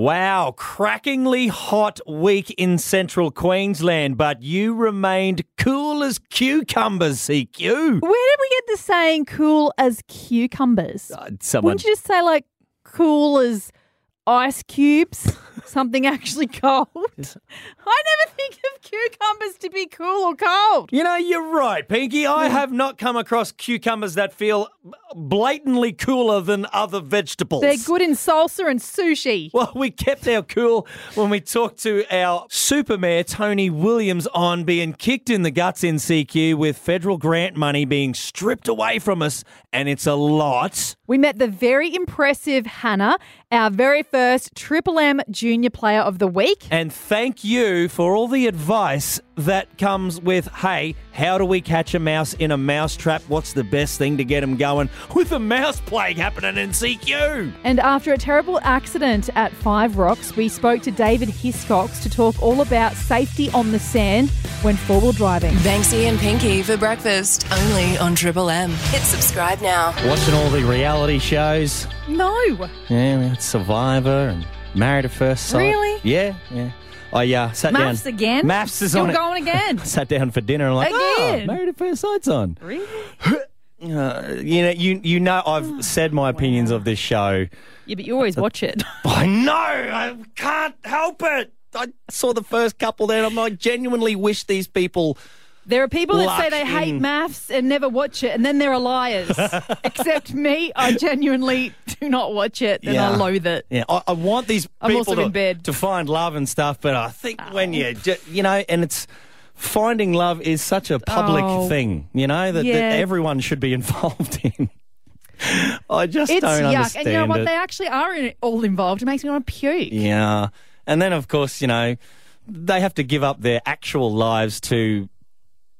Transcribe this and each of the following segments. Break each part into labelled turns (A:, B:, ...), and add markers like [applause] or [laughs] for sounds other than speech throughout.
A: Wow, crackingly hot week in central Queensland, but you remained cool as cucumbers, CQ.
B: Where did we get the saying cool as cucumbers?
A: Uh, Someone,
B: Wouldn't you just say like cool as ice cubes? Something actually cold? [laughs] I never think of cucumbers to be cool or cold.
A: you know, you're right, Pinky. I have not come across cucumbers that feel blatantly cooler than other vegetables.
B: They're good in salsa and sushi.
A: Well, we kept our cool when we talked to our super mayor, Tony Williams, on being kicked in the guts in CQ with federal grant money being stripped away from us, and it's a lot.
B: We met the very impressive Hannah, our very first Triple M Junior Player of the Week.
A: And thank you for all the advice that comes with hey, how do we catch a mouse in a mouse trap? What's the best thing to get them going with the mouse plague happening in CQ?
B: And after a terrible accident at Five Rocks, we spoke to David Hiscox to talk all about safety on the sand when four wheel driving.
C: Banksy and Pinky for breakfast only on Triple M. Hit subscribe now.
A: Watching all the reality shows.
B: No!
A: Yeah, we had Survivor and Married at First Sight.
B: Really?
A: Yeah, yeah. I uh, sat down.
B: Maths again?
A: Maths is
B: You're
A: on. it.
B: going again.
A: I [laughs] sat down for dinner and like, oh,
B: Again?
A: Married at First Sight's on.
B: really?
A: Uh, you know, you you know, I've said my opinions of this show.
B: Yeah, but you always watch it. [laughs]
A: I know. I can't help it. I saw the first couple there. and I'm like, genuinely wish these people.
B: There are people that say
A: Luck
B: they hate
A: in.
B: maths and never watch it, and then there
A: [laughs]
B: are liars. Except me, I genuinely do not watch it and I
A: Yeah.
B: loathe it.
A: Yeah, I, I want these
B: I'm
A: people
B: also
A: to,
B: in bed. Ah.
A: to find love and stuff. But I think when you, ju- you know, and it's finding love is such a public
B: Oh.
A: thing. You know that,
B: Yeah.
A: that everyone should be [laughs] involved in. I just
B: It's
A: don't
B: yuck.
A: understand
B: and you know what?
A: it.
B: They actually are in it, all involved. It makes me want to puke.
A: Yeah. And then, of course, you know, they have to give up their actual lives to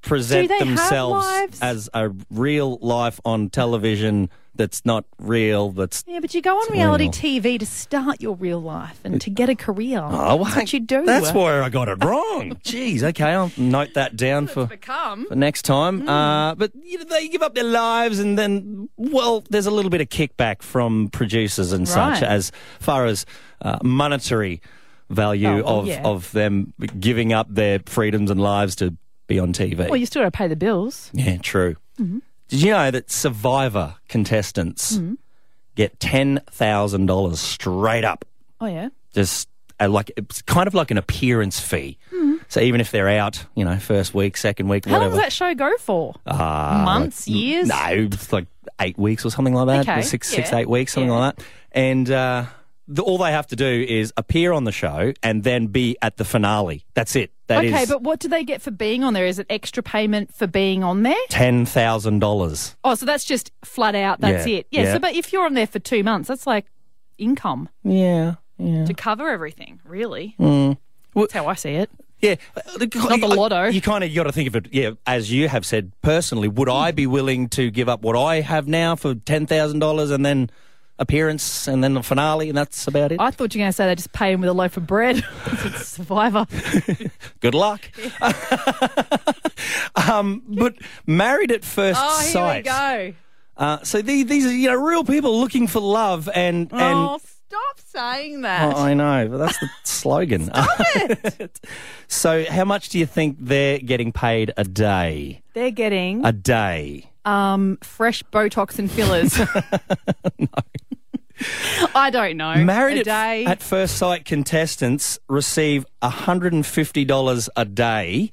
A: present
B: Do they have
A: themselves
B: lives?
A: as a real life on television that's not real, that's.
B: Yeah, but you go on reality TV to start your real life and to get
A: [laughs]
B: a career.
A: Ah.
B: that's what you do.
A: That's where I got it
B: [laughs]
A: wrong. Jeez, okay, I'll note that down for,
B: become.
A: for next time.
B: Hmm.
A: Uh, but you know, they give up their lives, and then, well, there's a little bit of kickback from producers and such
B: Right.
A: as far as uh, monetary value
B: Oh, well,
A: of,
B: yeah.
A: of them giving up their freedoms and lives to be on TV.
B: Well, Mm-hmm. you still got to pay the bills.
A: yeah, true. Did you know that Survivor contestants
B: Mm-hmm.
A: get $10,000 straight up?
B: Oh yeah.
A: just uh like it's kind of like an appearance fee. So even if they're out, you know, first week, second week,
B: Mm-hmm. How long
A: whatever, Ah,
B: does that show go for? Months, years.
A: no, it's like eight weeks or something like that,
B: Okay,
A: or six, six,
B: yeah,
A: eight weeks, something
B: yeah.
A: like that. And uh, the, all they have to do is appear on the show and then be at the finale. That's it. That is
B: Okay, but what do they get for being on there? Is it extra payment for being on there?
A: ten thousand dollars.
B: Oh, so that's just flat out. That's
A: Yeah,
B: it. Yeah,
A: yeah.
B: So, but if you're on there for two months, that's like income
A: Yeah. Yeah. Mm.
B: to cover everything. Really.
A: Well-
B: that's how I see it.
A: Yeah, not
B: the lotto.
A: You kind of got to think of it. Yeah, as you have said personally, would I be willing to give up what I have now for ten thousand dollars and then appearance and then the finale and that's about it?
B: I thought you were going to say they just pay him with a loaf of bread. [laughs] it's Survivor.
A: Good
B: [laughs]
A: luck. [laughs] um, but married at first
B: Oh, here
A: [laughs] sight.
B: we go.
A: Uh, so these, these are you know real people looking for love and and
B: oh, stop saying that.
A: Oh, I know, but
B: [laughs]
A: that's the slogan. [laughs] so, how much do you think they're getting paid a day?
B: They're getting
A: A day.
B: um, fresh Botox
A: [laughs]
B: and fillers. [laughs] I don't know.
A: Married
B: a
A: at,
B: day.
A: at First Sight contestants receive $150 a day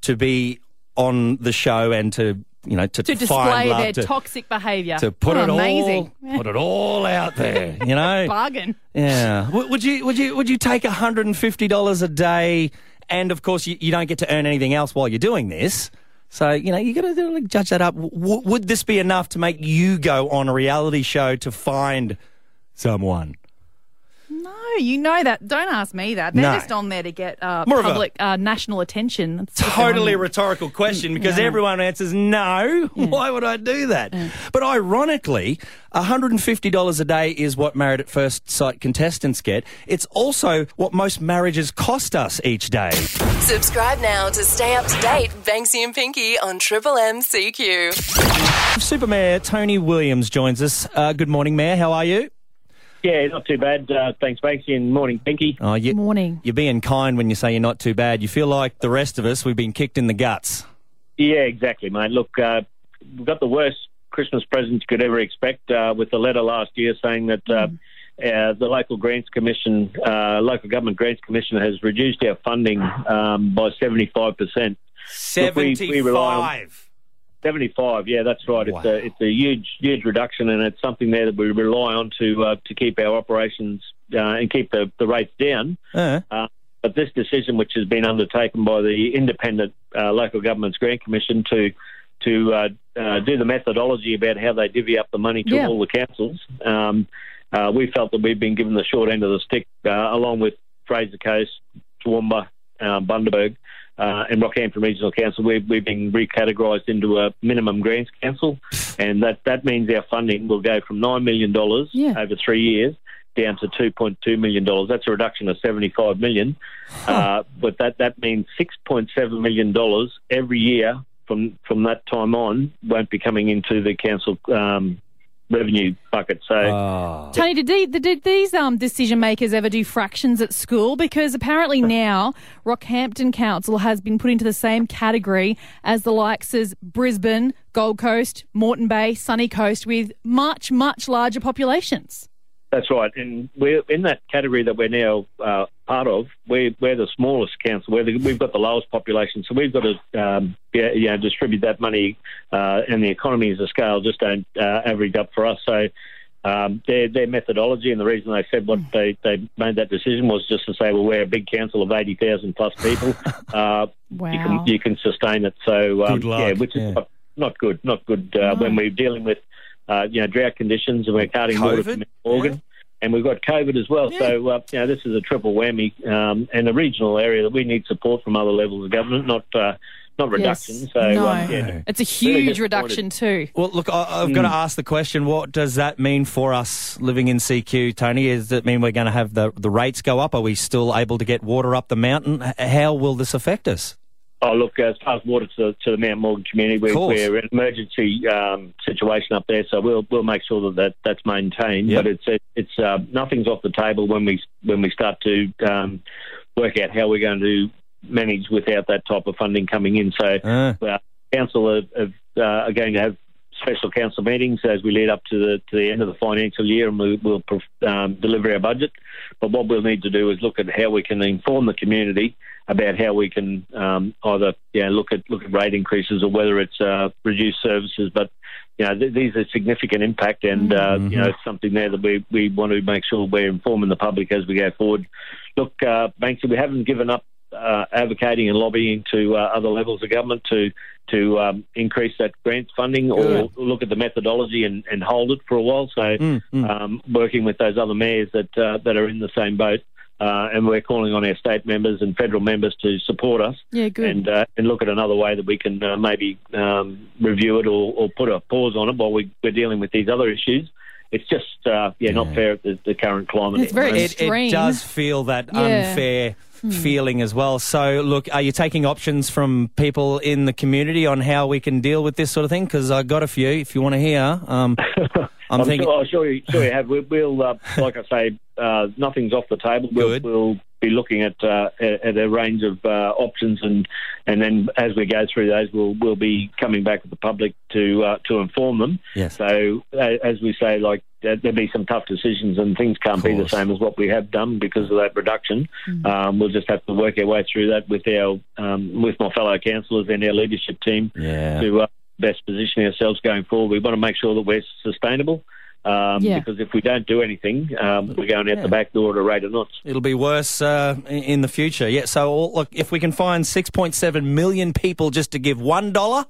A: to be on the show and to, you know, to,
B: to
A: find
B: display
A: love,
B: their
A: to,
B: toxic behaviour.
A: to put
B: Oh,
A: it
B: amazing.
A: all put it all out there,
B: [laughs]
A: you know.
B: bargain.
A: yeah. W- Would you would you would you take $150 a day and of course you, you don't get to earn anything else while you're doing this? So, you know, you got to like, judge that up. W- would this be enough to make you go on a reality show to find someone?
B: No, you know that. Don't ask me that. They're
A: No.
B: just on there to get uh,
A: More of a-
B: public uh, national attention. That's what they're on
A: totally
B: there.
A: rhetorical question because everyone answers no. [laughs] Why would I do that? But ironically, $150 a day is what married at first sight contestants get. It's also what most marriages cost us each day.
C: Subscribe now to stay up to date. Banksy and Pinky on Triple M CQ.
A: Super Mayor Tony Williams joins us. Uh, good morning, Mayor. How are you?
D: Yeah, not too bad. Uh, thanks, Banksy, and morning, Pinky.
A: Oh, you,
B: Morning.
A: You're being kind when you say you're not too bad. You feel like the rest of us, we've been kicked in the guts.
D: Yeah, exactly, mate. Look, uh, we got the worst Christmas present you could ever expect uh, with the letter last year saying that uh, uh, the local grants commission, uh, local government grants commission, has reduced our funding um, by seventy five percent. Look, we- we rely on-
A: 75.
D: 75, yeah, that's right. It's,
A: Wow.
D: a, it's a huge, huge reduction, and it's something there that we rely on to uh, to keep our operations uh, and keep the, the rates down.
A: Uh,
D: But this decision, which has been undertaken by the independent uh, local governments grant commission to to uh, uh, do the methodology about how they divvy up the money to
B: Yeah.
D: all the councils, um, uh, we felt that we've been given the short end of the stick, uh, along with Fraser Coast, Toowoomba, uh, Bundaberg, uh, and Rockhampton Regional Council. We've, we've been recategorised into a minimum grants council, and that, that means our funding will go from $9 million
B: Yeah.
D: over three years down to $2.2 million. That's a reduction of $75 million. Uh, but that, that means $6.7 million every year from, from that time on won't be coming into the council um, revenue bucket. So.
A: oh.
B: Tony, did, the, the- did these um, decision makers ever do fractions at school?
A: [laughs]
B: Because apparently now Rockhampton Council has been put into the same category as the likes as Brisbane, Gold Coast, Moreton Bay, Sunny Coast, with much, much larger populations.
D: That's right, and we're in that category that we're now uh, part of. We're, we're the smallest council. We're the, we've got the lowest population, so we've got to um, yeah, you know, distribute that money, uh, and the economies of scale just don't uh, average up for us. So um, their their methodology and the reason they said what they, they made that decision was just to say, well, we're a big council of eighty thousand plus people. Uh, you
B: Wow.
D: can you can sustain it. So um,
A: Good luck,
D: yeah, which is
A: yeah.
D: Not, not good, not good uh, when we're dealing with uh, you know drought conditions and we're carting water
A: COVID,
D: from Morgan. And we've got COVID as well, so uh, you know this is a triple whammy, um, and a regional area that we need support from other levels of government, not uh, not reductions. So um,
B: No.
D: yeah,
B: It's a
D: Really
B: huge
D: disappointed.
B: reduction, too.
A: Well, look, I, I've got
D: Hmm.
A: to ask the question: What does that mean for us living in CQ, Tony? Does it mean we're going to have the the rates go up? Are we still able to get water up the mountain? H- How will this affect us?
D: Oh, look, as far as water to, to the Mount Morgan community, we're,
A: course.
D: we're in an emergency um, situation up there, so we'll we'll make sure that, that that's maintained.
A: Yep.
D: But it's it, it's uh, nothing's off the table when we when we start to um, work out how we're going to manage without that type of funding coming in. So
A: Uh,
D: council have, have, uh, are going to have special council meetings as we lead up to the to the end of the financial year, and we, we'll pro- um, deliver our budget. But what we'll need to do is look at how we can inform the community about how we can um, either you know, look at look at rate increases or whether it's uh, reduced services. But you know, th- these are significant impact, and uh, you know, it's something there that we, we want to make sure we're informing the public as we go forward. Look, uh, Banksy, we haven't given up uh, advocating and lobbying to uh, other levels of government to to um, increase that grant funding or
A: Good.
D: look at the methodology and, and hold it for a while. So,
A: mm, mm.
D: um, working with those other mayors that uh, that are in the same boat, uh, and we're calling on our state members and federal members to support us
B: Yeah, good.
D: and uh, and look at another way that we can uh, maybe um, review it or, or put a pause on it while we, we're dealing with these other issues. It's just uh, yeah, not fair at the, the current climate.
B: It's very
A: It, it
B: extreme.
A: does feel that
B: Yeah.
A: unfair feeling as well. So, look, are you taking options from people in the community on how we can deal with this sort of thing? Because I got a few. If you want to hear,
D: [laughs]
A: um, I'm,
D: I'm,
A: thinking.
D: sure, I'm sure you, sure you have. We, we'll, uh, like I say, uh, nothing's off the table. We'll,
A: Good.
D: we'll be looking at, uh, at at a range of uh, options, and and then as we go through those, we'll we'll be coming back to the public to uh, to inform them.
A: Yes.
D: So uh, as we say, like there- there'll be some tough decisions, and things can't be the
A: Course. Mm.
D: same as what we have done because of that reduction. Um, we'll just have to work our way through that with our um, with my fellow councillors and our leadership team
A: Yeah.
D: to uh, best position ourselves going forward. We want to make sure that we're sustainable. Um,
B: Yeah.
D: Because if we don't do anything, um, we're going out
A: Yeah.
D: the back door at a rate of knots.
A: It'll be worse uh, i- in the future. Yeah. So all, look, if we can find 6.7 million people just to give one dollar,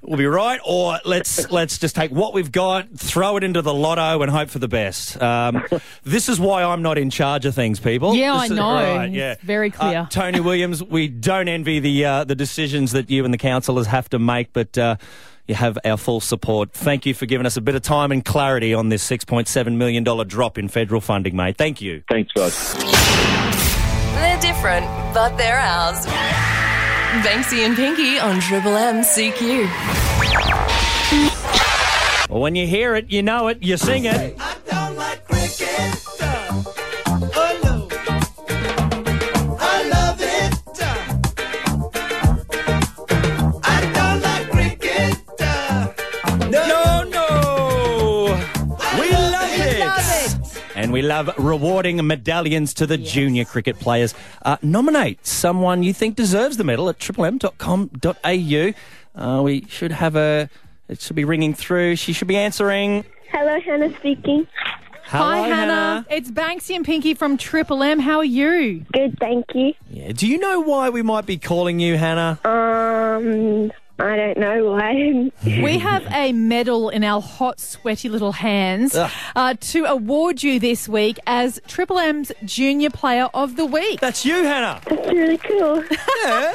A: we'll be right. Or let's let's just take what we've got, throw it into the lotto, and hope for the best. Um, this is why I'm not in charge of things, people.
B: Yeah,
A: This
B: I
A: is-
B: know.
A: right,
B: It's
A: yeah.
B: very
A: Uh,
B: clear.
A: Tony Williams, we don't envy the uh, the decisions that you and the councillors have to make, but. Uh, you have our full support. Thank you for giving us a bit of time and clarity on this $6.7 million drop in federal funding, mate. Thank you.
D: Thanks, guys.
C: They're different, but they're ours. Banksy and Pinky on Triple M CQ.
A: Well, when you hear it, you know it, you sing it.
E: I don't like cricket.
A: We love rewarding medallions to the junior cricket players. Uh, nominate someone you think deserves the medal at triplem.com.au. Uh, we should have a. It should be ringing through. She should be answering.
E: Hello, Hannah speaking.
A: Hello,
B: Hi, Hannah. It's Banksy and Pinky from Triple M. How are you?
E: Good, thank you.
A: Yeah. Do you know why we might be calling you, Hannah?
E: Um, I don't know why. [laughs]
B: We have a medal in our hot, sweaty little hands
A: Ugh.
B: uh, to award you this week as Triple M's Junior Player of the Week.
A: That's you, Hannah.
E: That's really cool.
A: Yeah.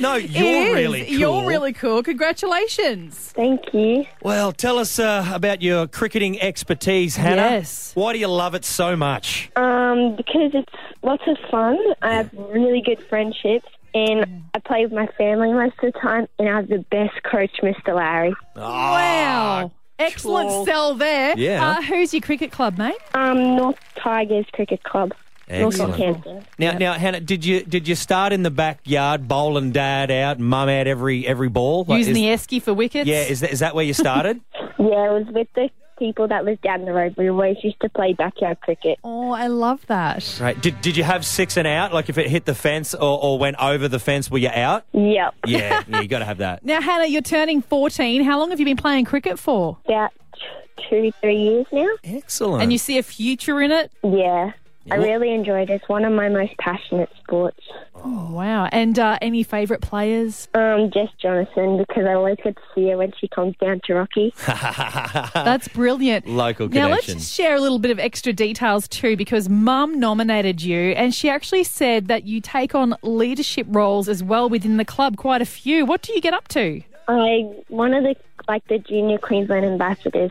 A: No,
B: It
A: you're
B: is.
A: really cool.
B: You're really cool. Congratulations.
E: Thank you.
A: Well, tell us uh, about your cricketing expertise, Hannah.
B: Yes. Oh,
A: Why do you love it so much?
E: Um, because it's lots of fun. I have really good friendships, and I play with my family most of the time. And I have the best coach, Mr. Larry.
B: wow. Excellent
A: Ah, cool.
B: sell there.
A: Yeah.
B: Uh, who's your cricket club, mate?
E: Um, North Tigers Cricket Club, North Northampton.
A: Now, now, Hannah, did you did you start in the backyard, bowling dad out, mum out every every ball? Like,
B: Using
A: is-
B: the esky for wickets.
A: yeah, is that, is that where you
B: [laughs]
A: started?
E: Yeah, it was with the people that lived down the road. We always used to play backyard cricket.
B: oh, I love that.
A: right. Did did you have six and out? Like if it hit the fence or, or went over the fence, were you
B: [laughs]
A: out?
E: Yep,
A: Yeah, yeah, you got to have that.
B: Now, Hannah, you're turning 14. How long have you been playing cricket for?
E: about t- two, three years now.
A: Excellent.
B: And you see a future in it?
A: Oh.
E: Yeah. I
A: Wha-
E: really enjoyed it. It's one of my most passionate sports.
B: Wow. And uh, any favourite players?
E: Um, Jess Jonathan, because I always get to see her when she comes down to Rocky.
A: Uh,
B: [laughs] That's brilliant.
A: Local
B: Now, let's
A: connection.
B: just share a little bit of extra details too, because mum nominated you, and she actually said that you take on leadership roles as well within the club, quite a few. What do you get up to?
E: I one of the like the junior Queensland ambassadors.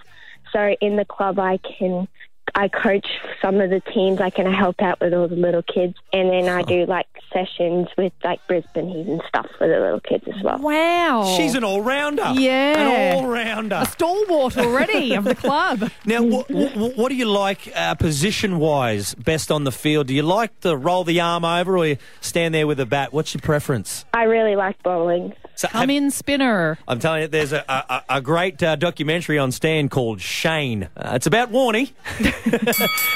E: So in the club, I can I coach some of the teams. I can help out with all the little kids, and then I do like sessions with like Brisbane Heat and stuff for the little kids as well.
B: Wow.
A: She's an all rounder.
B: Yeah.
A: an all rounder.
B: a stalwart already of the club.
A: Now, wh- wh- what do you like uh, position wise best on the field? Do you like to roll the arm over or you stand there with a bat? What's your preference?
E: I really like bowling.
A: So
B: [laughs] Come
A: have-
B: in, spinner.
A: I'm telling you, there's a, a, a a great uh, documentary on Stan called Shane. Uh, it's about Warney. [laughs]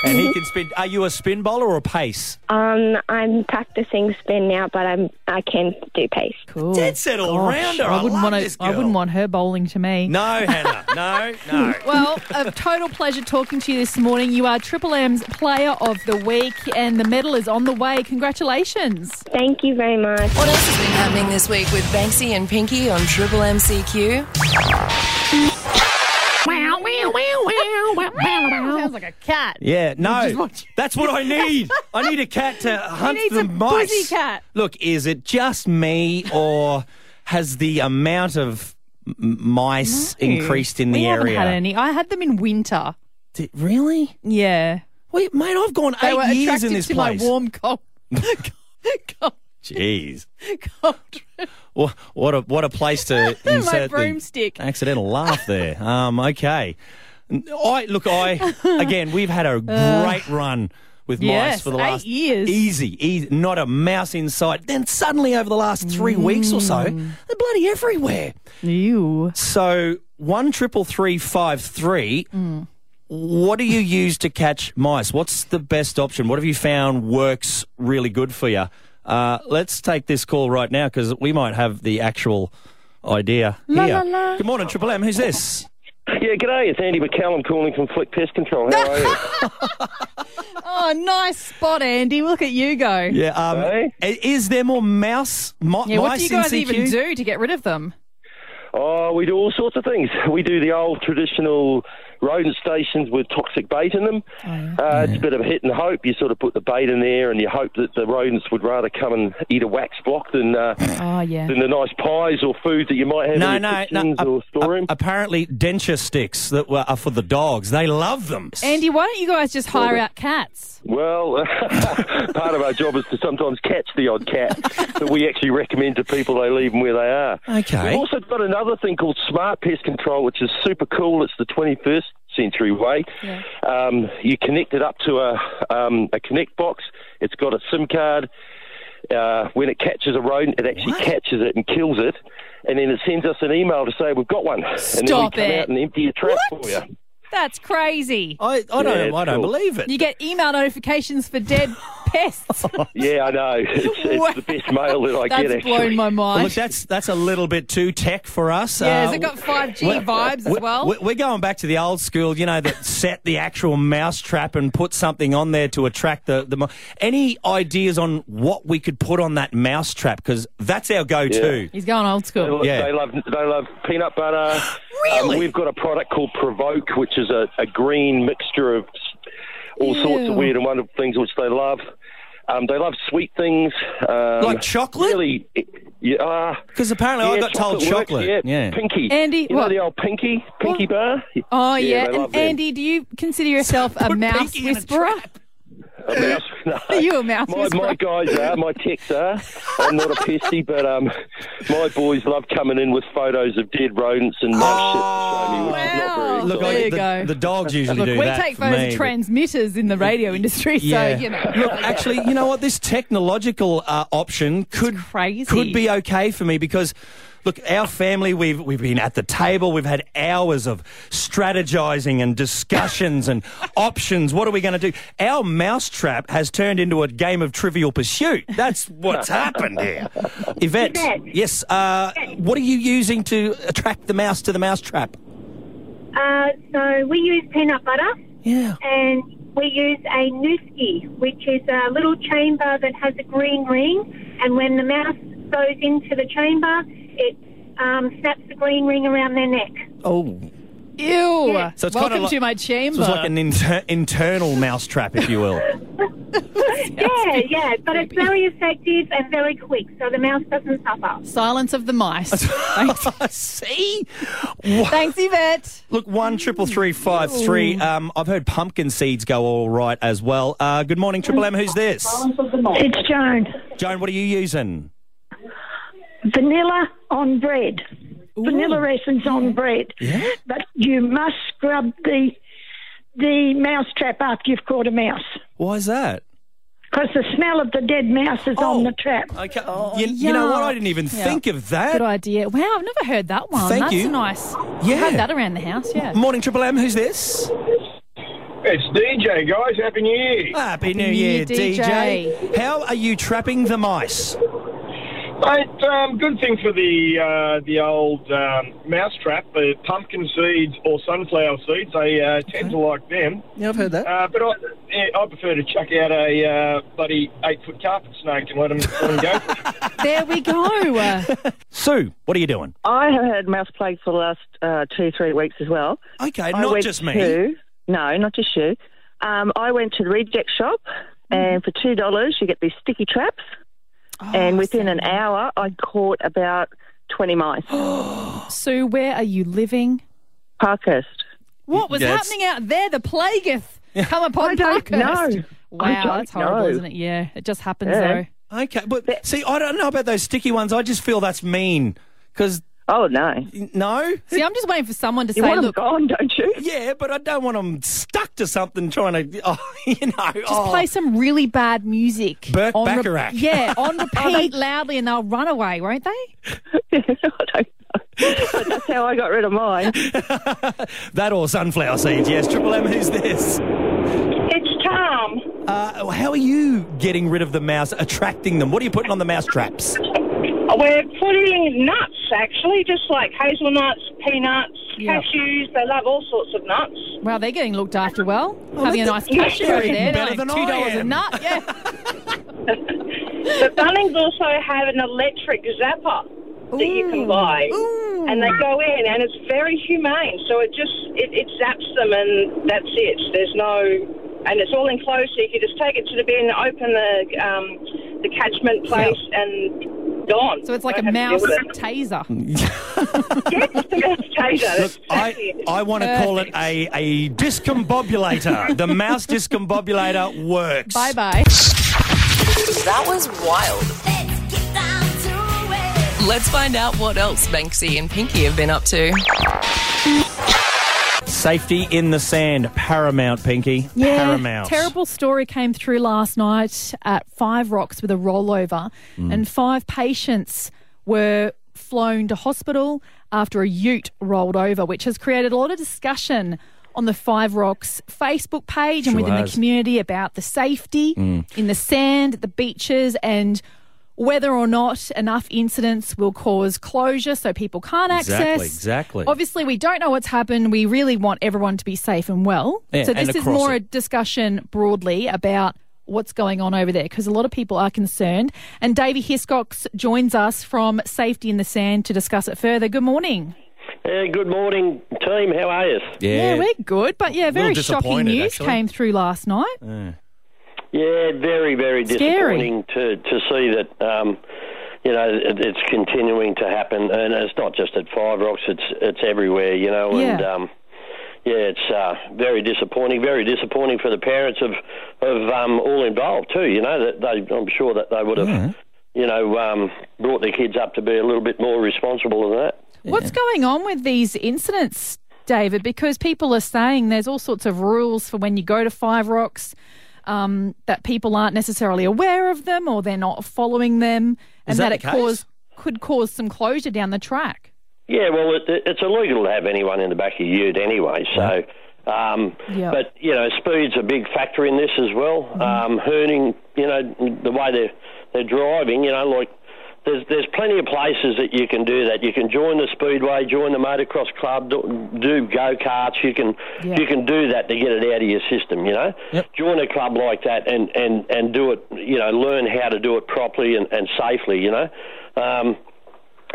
A: and
B: [laughs]
A: he can spin. Are you a spin bowler or a pace?
E: Um, I'm practicing spin now, but I'm I can do pace.
B: Cool.
A: Dead set all-rounder. I
B: I wouldn't
A: love
B: want
A: this
B: I
A: girl.
B: wouldn't want her bowling to me.
A: No, Hannah. No, no.
B: Well, a total pleasure talking to you this morning. You are Triple M's Player of the Week, and the medal is on the way. Congratulations.
E: Thank you very much.
C: What else has been happening this week with Banksy and Pinky on Triple MCQ?
B: Sounds like a cat.
A: Yeah,
B: just
A: no.
B: watch-
A: That's what I need. I need a cat
B: [laughs]
A: to hunt
B: need
A: the
B: some
A: mice.
B: pussy cat.
A: Look, is it just me or has the amount of m- mice increased in the
B: we
A: area?
B: haven't had any. I had them in winter.
A: Did- really?
B: Yeah.
A: Wait, mate, I've gone
B: They were
A: eight years
B: attracted
A: in this
B: to
A: place.
B: my warm cold. [laughs] cold.
A: Jeez.
B: cold-
A: Wha- What a what a place
B: [laughs]
A: to insert the
B: broomstick.
A: accidental laugh
B: [laughs]
A: there. Um, okay. I look. I again. We've had a great run with mice
B: yes,
A: for the
B: eight
A: last
B: years.
A: Easy, easy. Not a mouse in sight. Then suddenly, over the last three
B: Mm.
A: weeks or so, they're bloody everywhere.
B: Ew.
A: So one triple three five three. What do you use to catch mice? What's the best option? What have you found works really good for you? Uh, let's take this call right now because we might have the actual idea here. Good morning, Triple M. Who's this?
F: Yeah, g'day. It's Andy McCallum calling from Flick Pest Control. How are
A: [laughs]
F: you?
B: Oh, nice spot, Andy. Look at you go.
A: Yeah. Um,
F: Hey.
A: i- Is there more mouse? Mi-
B: Yeah, what
A: mice
B: do you
A: in
B: guys even
A: CQ?
B: do to get rid of them?
F: Oh, we do all sorts of things. We do the old traditional rodent stations with toxic bait in them.
A: Mm.
F: Uh, it's a bit of hit and hope. You sort of put the bait in there and you hope that the rodents would rather come and eat a wax block than
A: [laughs]
F: uh,
B: Oh, yeah.
F: than the nice pies or food that you might have
A: No,
F: in your
A: no, no.
F: kitchens
A: ap-
F: or storeroom.
A: ap- apparently, denture sticks that were, are for the dogs. They love them.
B: Andy, why don't you guys just hire out cats?
F: Well, [laughs] part of our job is to sometimes catch the odd cat that we actually recommend to people they leave them where they are.
A: Okay.
F: We've also got another thing called smart pest control, which is super cool. It's the 21st century way.
B: Yeah.
F: Um, you connect it up to a, um, a connect box. It's got a SIM card. Uh, when it catches a rodent, it actually
A: What?
F: catches it and kills it, and then it sends us an email to say we've got one, and then we
B: Stop
F: come
B: it.
F: out and empty your trap
B: What?
F: for you.
B: That's crazy.
A: I, I don't,
G: Yeah,
A: I don't
G: cool.
A: believe it.
B: You get email notifications for dead
A: [laughs]
B: pests.
G: Yeah,
F: [laughs]
G: I know. It's,
B: Wow.
G: it's the best mail that I
B: [laughs]
G: get.
B: That's blown
G: actually.
B: my
A: Well,
B: mind.
A: look, that's that's a little bit too tech for us.
B: yeah,
A: Uh,
B: has it got 5G
A: we-
B: vibes as
A: we-
B: well?
A: we- We're going back to the old school, you know, that set the actual mousetrap and put something on there to attract the. the mo- Any ideas on what we could put on that mousetrap? Because that's our go to.
B: He's going old school.
A: Yeah.
G: They love they love
A: [sighs]
G: peanut butter.
A: Really?
G: Um, we've got a product called Provoke, which is a, a green mixture of s- all sorts
B: Ew.
G: of weird and wonderful things, which they love. Um, they love sweet things. Um,
A: Like chocolate?
G: Really? Yeah. uh,
A: Because apparently I
G: yeah,
A: got told
G: works,
A: chocolate.
G: yeah,
A: yeah.
G: Pinky.
B: Andy,
G: you know
B: what?
G: the old Pinky, Pinky bar.
B: Oh, yeah.
G: they love
B: And
G: them.
B: Andy, do you consider [laughs] yourself a
A: Put
B: mouse
A: Pinky in a
B: whisperer?
G: [laughs]
B: [laughs]
G: A mouse- no.
B: Are you a mouse
G: My,
B: whisperer?
G: my guys are, my techs are. I'm not a
B: [laughs]
G: pesty, but um, my boys love coming in with photos of dead rodents and mouse shit to show me, which is not
B: Wow.
G: very
A: Look,
B: Oh, There
A: I,
B: you
A: the,
B: go.
A: the dogs usually
B: Look,
A: do
B: we
A: that.
B: take
A: for
B: photos
A: me,
B: of
A: but-
B: transmitters in the radio industry, so, you know.
A: Look, actually, you know what? This technological uh, option could
B: crazy.
A: could be okay for me because. Look, our family, we've, we've been at the table. We've had hours of strategizing and discussions
B: [laughs]
A: and options. What are we going to do? Our mousetrap has turned into a game of trivial pursuit. That's what's happened
B: [laughs]
A: here. Yvette,
H: Yvette.
A: yes, uh, what are you using to attract the mouse to the mousetrap?
H: Uh, so we use peanut butter
A: Yeah.
H: and we use a nooski, which is a little chamber that has a green ring. And when the mouse goes into the chamber, it um, snaps the green ring around
A: [laughs]
H: their neck.
A: Oh.
B: Ew.
A: So it's kinda
B: Welcome
A: like-
B: to my
A: It
B: chamber.
A: was like an inter- internal mousetrap, if you
B: [laughs]
A: will.
H: Yeah, yeah, but it's very effective and very quick, so the mouse doesn't suffer.
B: Silence of the mice.
A: [laughs]
B: Thanks.
A: See? Wha-
B: Thanks, Yvette.
A: Look, one triple three five three. Um, I've heard pumpkin seeds go all right as well. Uh, good morning, Triple M. Who's this?
I: It's Joan.
A: Joan, what are you using?
I: Vanilla on bread. Vanilla essence on bread.
A: Yeah.
I: But you must scrub the the mouse trap after you've caught a mouse
A: Why is that?
I: because the smell of the dead mouse is on the
A: Oh.
I: trap.
A: Okay. you, you know what? I didn't even
B: Yeah.
A: think of
B: Good
A: that.
B: idea. Wow, I've never heard that one.
A: Thank
B: That's
A: you.
B: nice.
A: Yeah.
B: I've had that around the house, yeah.
A: Morning, Triple M. Who's this?
J: It's DJ, guys. Happy New Year.
A: Happy New
B: New
A: Year,
B: Year,
A: DJ. How are you trapping the mice?
J: Mate, um, good thing for the uh, the old um, mousetrap, the pumpkin seeds or sunflower seeds. They uh, tend to like them.
A: Yeah, I've heard that.
J: Uh, but I, yeah, I prefer to chuck out a uh, bloody eight foot carpet snake and let them, go. For it.
B: There we go.
A: [laughs]
B: Uh,
A: Sue, what are you doing?
K: I have had mouse plague for the last uh, two, three weeks as well.
A: Okay,
K: I
A: not
K: went
A: just me.
K: to- no, not just you. Um, I went to the reject shop, and for two dollars you get these sticky traps.
A: Oh,
K: and within an hour, I caught about twenty mice.
B: Sue, where are you living?
K: Parkhurst.
B: What was
A: Yeah, it's-
B: happening out there? The plagueth come upon
K: I don't
B: Parkhurst.
K: know.
B: Wow,
K: I don't
B: that's horrible,
K: know.
B: isn't it? Yeah, it just happens
K: Yeah.
B: though.
A: Okay, but see, I don't know about those sticky ones. I just feel that's mean. Because,
K: Oh no,
A: no?
B: See, I'm just waiting for someone to
K: you
B: say,
K: want them
B: look,
K: [laughs] gone, Oh, don't you?
A: Yeah, but I don't want them stuck to something trying to, [laughs] oh, you know. Just
B: just play some really bad music.
A: Burt
B: on re-
A: Bacharach. Oh,
B: yeah,
A: [laughs]
B: on repeat loudly and they'll run away, won't they?
K: I don't know. [laughs] But that's how I got rid of mine.
A: That or sunflower seeds, yes. Triple M, who's this?
H: It's Tom.
A: Uh, how are you getting rid of the mouse, attracting them? What are you putting on the mouse traps?
H: We're putting nuts, actually, just like hazelnuts, peanuts,
B: Yeah.
H: cashews. They love all sorts of nuts.
B: Wow, they're getting looked after well.
A: Oh,
B: Having a nice
A: that's- [laughs]
B: cash
A: you're
B: over
A: even
B: there.
A: better
B: like
A: than I
B: $2 a
A: am.
B: nut. Yeah.
H: But Bunnings also have an electric zapper that you
B: Ooh.
H: can buy.
B: Ooh.
H: And they go in, and it's very humane. So it just it, it zaps them, and that's it. There's no, and it's all enclosed, so you can just take it to the bin, open the um, the catchment place, and gone.
B: So it's like a
H: Don't have
B: mouse
H: to deal with
B: taser.
H: it. Yes, the mouse taser.
A: Look,
H: That's
A: I,
H: it.
A: I want to call it a, a
B: [laughs]
A: discombobulator. the mouse discombobulator works.
B: Bye bye.
C: That was wild. Let's find out what else Banksy and Pinky have been up to.
A: Safety in the sand, paramount, Pinky.
B: Yeah,
A: paramount.
B: terrible story came through last night at Five Rocks with a rollover,
A: Mm.
B: and five patients were flown to hospital after a ute rolled over, which has created a lot of discussion on the Five Rocks Facebook page and
A: Sure
B: within
A: has. Mm.
B: the community about the safety in the sand, at the beaches, and whether or not enough incidents will cause closure so people can't
A: Exactly,
B: access.
A: exactly.
B: Obviously, we don't know what's happened. We really want everyone to be safe and well.
A: Yeah,
B: so
A: and
B: this is
A: across
B: more
A: it.
B: a discussion broadly about what's going on over there because a lot of people are concerned. And Davey Hiscox joins us from Safety in the Sand to discuss it further. Good morning.
G: Uh, good morning, team. How are you?
B: Yeah, we're good, but yeah, very
G: little
B: shocking
G: disappointed,
B: news
G: actually.
B: came through last night.
G: Yeah, very, very
B: Scary.
G: disappointing to, to see that, um, you know, it, it's continuing to happen. And it's not just at Five Rocks, it's, it's everywhere, you know. And,
L: Yeah.
G: um, yeah, it's uh, very disappointing, very disappointing for the parents of, of um, all involved, too, you know. that they, I'm sure that they would have, you know, um, brought their kids up to be a little bit more responsible than that.
B: What's going on with these incidents, David? Because people are saying there's all sorts of rules for when you go to Five Rocks um, that people aren't necessarily aware of them or they're not following them, and
G: Is that
B: it
G: the case?
B: cause could cause some closure down the track.
G: Yeah, well, it, it- it's illegal to have anyone in the back of your ute anyway. So, um,
B: Yeah. Mm-hmm.
G: but you know, speed's a big factor in this as well. Um, hurting, you know, the way they're they're driving. You know, like there's there's plenty of places that you can do that. You can join the speedway, join the motocross club, do, do go karts. You can you can do that to get it out of your system. You know, join a club like that and and and do it. You know, learn how to do it properly and, and safely. You know. Um,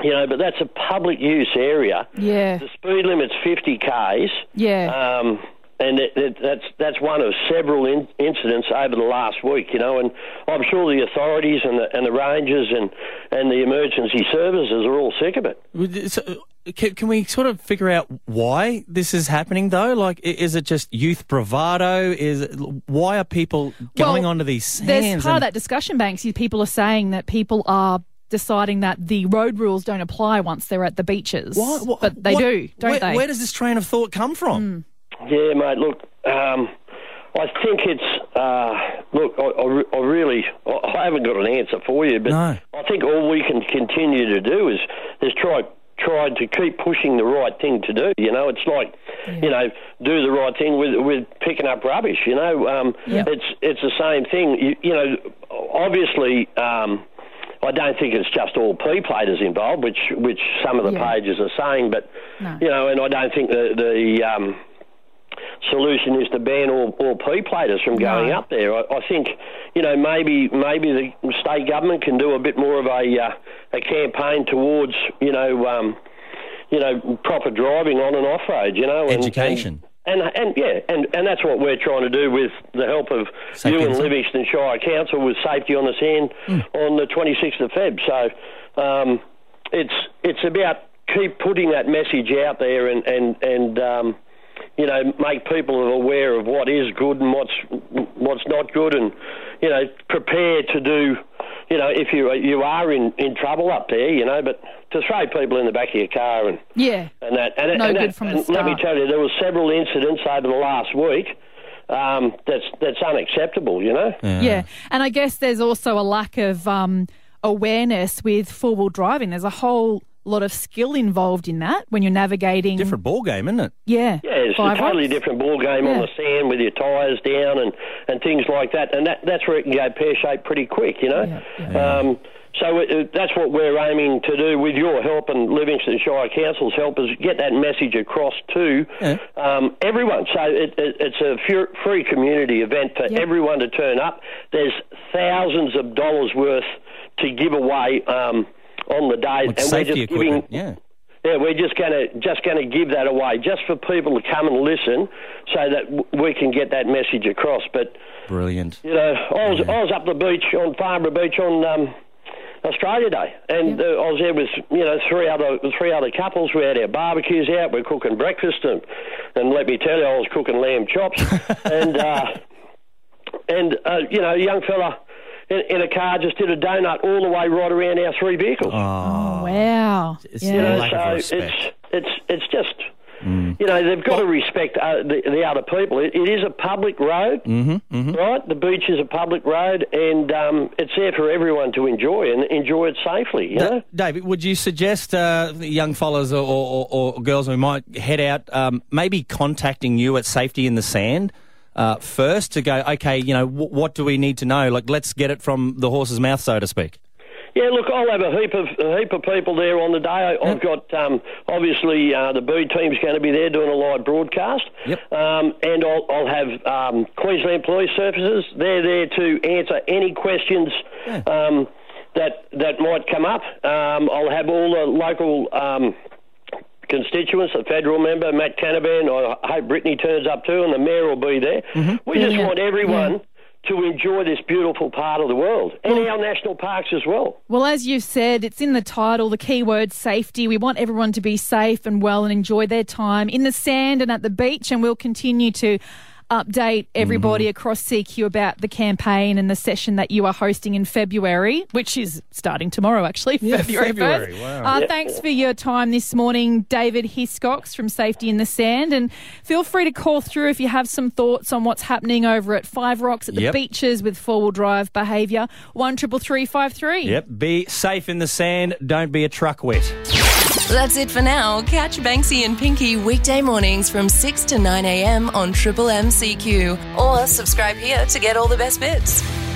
G: you know, but that's a public use area.
B: Yeah.
G: The speed limit's 50 k's.
B: Yeah.
G: Um, and it, it, that's that's one of several in, incidents over the last week, you know. And I'm sure the authorities and the and the rangers and and the emergency services are all sick of it.
A: So, can, can we sort of figure out why this is happening, though? Like, i- is it just youth bravado? Is it, why are people going
B: Well,
A: onto these sands?
B: There's part of
A: and-
B: that discussion, Banks. you- People are saying that people are deciding that the road rules don't apply once they're at the beaches.
A: Why- wha-
B: but they
A: what-
B: do, don't
A: where-
B: they? Hmm.
A: where does this train of thought come from?
G: Yeah, mate. Look, um, I think it's uh, look. I, I, re- I really, I, I haven't got an answer for you, but I think all we can continue to do is is try try to keep pushing the right thing to do. You know, it's like you know, do the right thing with with picking up rubbish. You know, um, it's it's the same thing. You, you know, obviously. Um, I don't think it's just all P platers involved, which which some of the pages are saying, but you know, and I don't think the the um, solution is to ban all, all P platers from going up there. I, I think, you know, maybe maybe the state government can do a bit more of a uh, a campaign towards, you know, um, you know, proper driving on and off road. You know, and,
A: Education.
G: And, uh, and, and yeah, and, and that's what we're trying to do with the help of
A: Safety
G: you and
A: and Sand.
G: Livingston Shire Council with safety on the sand on the 26th of Feb. So um, it's it's about keep putting that message out there and and and um, you know make people aware of what is good and what's what's not good, and you know prepare to do. You know, if you you are in, in trouble up there, you know, but to throw people in the back of your car and
B: yeah.
G: and that, and,
B: No
G: and
B: good
G: that-
B: from the
G: and Let me
B: start.
G: tell you, there were several incidents over the last week um, that's that's unacceptable. You know.
B: Yeah. And I guess there's also a lack of um, awareness with four wheel driving. There's a whole lot of skill involved in that when you're navigating.
A: Different ball game, isn't it?
B: Yeah.
G: Yeah, it's
B: Five
G: a totally
B: rocks.
G: different ball game on
B: Yeah.
G: the sand with your tyres down and, and things like that, and that that's where it can go pear shaped pretty quick, you know. Um, so it, it- that's what we're aiming to do with your help and Livingston Shire Council's help is get that message across to um, everyone. So it, it, it's a fu- free community event for everyone to turn up. There's thousands of dollars worth to give away um, on the day,
A: Like
G: and we're
A: safety
G: just giving
A: equipment. Yeah.
G: yeah, we're just going to just going to give that away, just for people to come and listen, so that w- we can get that message across. But
A: Brilliant.
G: you know, I was I was up the beach on Farnborough Beach on um, Australia Day, and uh, I was there with you know three other three other couples. We had our barbecues out, we we're cooking breakfast, and and let me tell you, I was cooking lamb chops, and uh, and uh, you know, a young fella in, in a car just did a donut all the way right around our three vehicles.
B: Wow.
G: You
B: Oh. yeah.
G: know, so uh, it's it's it's just
A: Mm.
G: You know, they've got to respect uh, the, the other people. It, it is a public road,
A: Mm-hmm. Mm-hmm.
G: right? The beach is a public road, and um, it's there for everyone to enjoy and enjoy it safely. You
A: Da-
G: know?
A: David, would you suggest uh, the young fellas or, or, or, or girls who might head out, um, maybe contacting you at Safety in the Sand uh, first to go, okay, you know, w- what do we need to know? Like, let's get it from the horse's mouth, so to speak.
G: Yeah, look, I'll have a heap of a heap of people there on the day. I, I've got um, obviously uh, the B team's going to be there doing a live broadcast, um, and I'll, I'll have um, Queensland Police Services. They're there to answer any questions um, that that might come up. Um, I'll have all the local. Um, Constituents, the federal member Matt Canavan, I hope Brittany turns up too, and the mayor will be there. We just
B: Mm-hmm. Yeah.
G: want everyone to enjoy this beautiful part of the world and our national parks as well.
B: Well, as you've said, it's in the title, the key word safety. We want everyone to be safe and well and enjoy their time in the sand and at the beach, and we'll continue to update everybody
L: Mm-hmm.
B: across CQ about the campaign and the session that you are hosting in February, which is starting tomorrow, actually.
L: Yeah, February,
B: 1st.
L: wow.
B: Uh,
L: Yeah.
B: Thanks for your time this morning, David Hiscox from Safety in the Sand, and feel free to call through if you have some thoughts on what's happening over at Five Rocks at the
A: Yep.
B: beaches with four-wheel drive behaviour. One triple three five three.
A: Yep, be safe in the sand, don't be a truck wet.
C: That's it for now. Catch Banksy and Pinky weekday mornings from 6 to 9 a.m. on Triple MCQ or subscribe here to get all the best bits.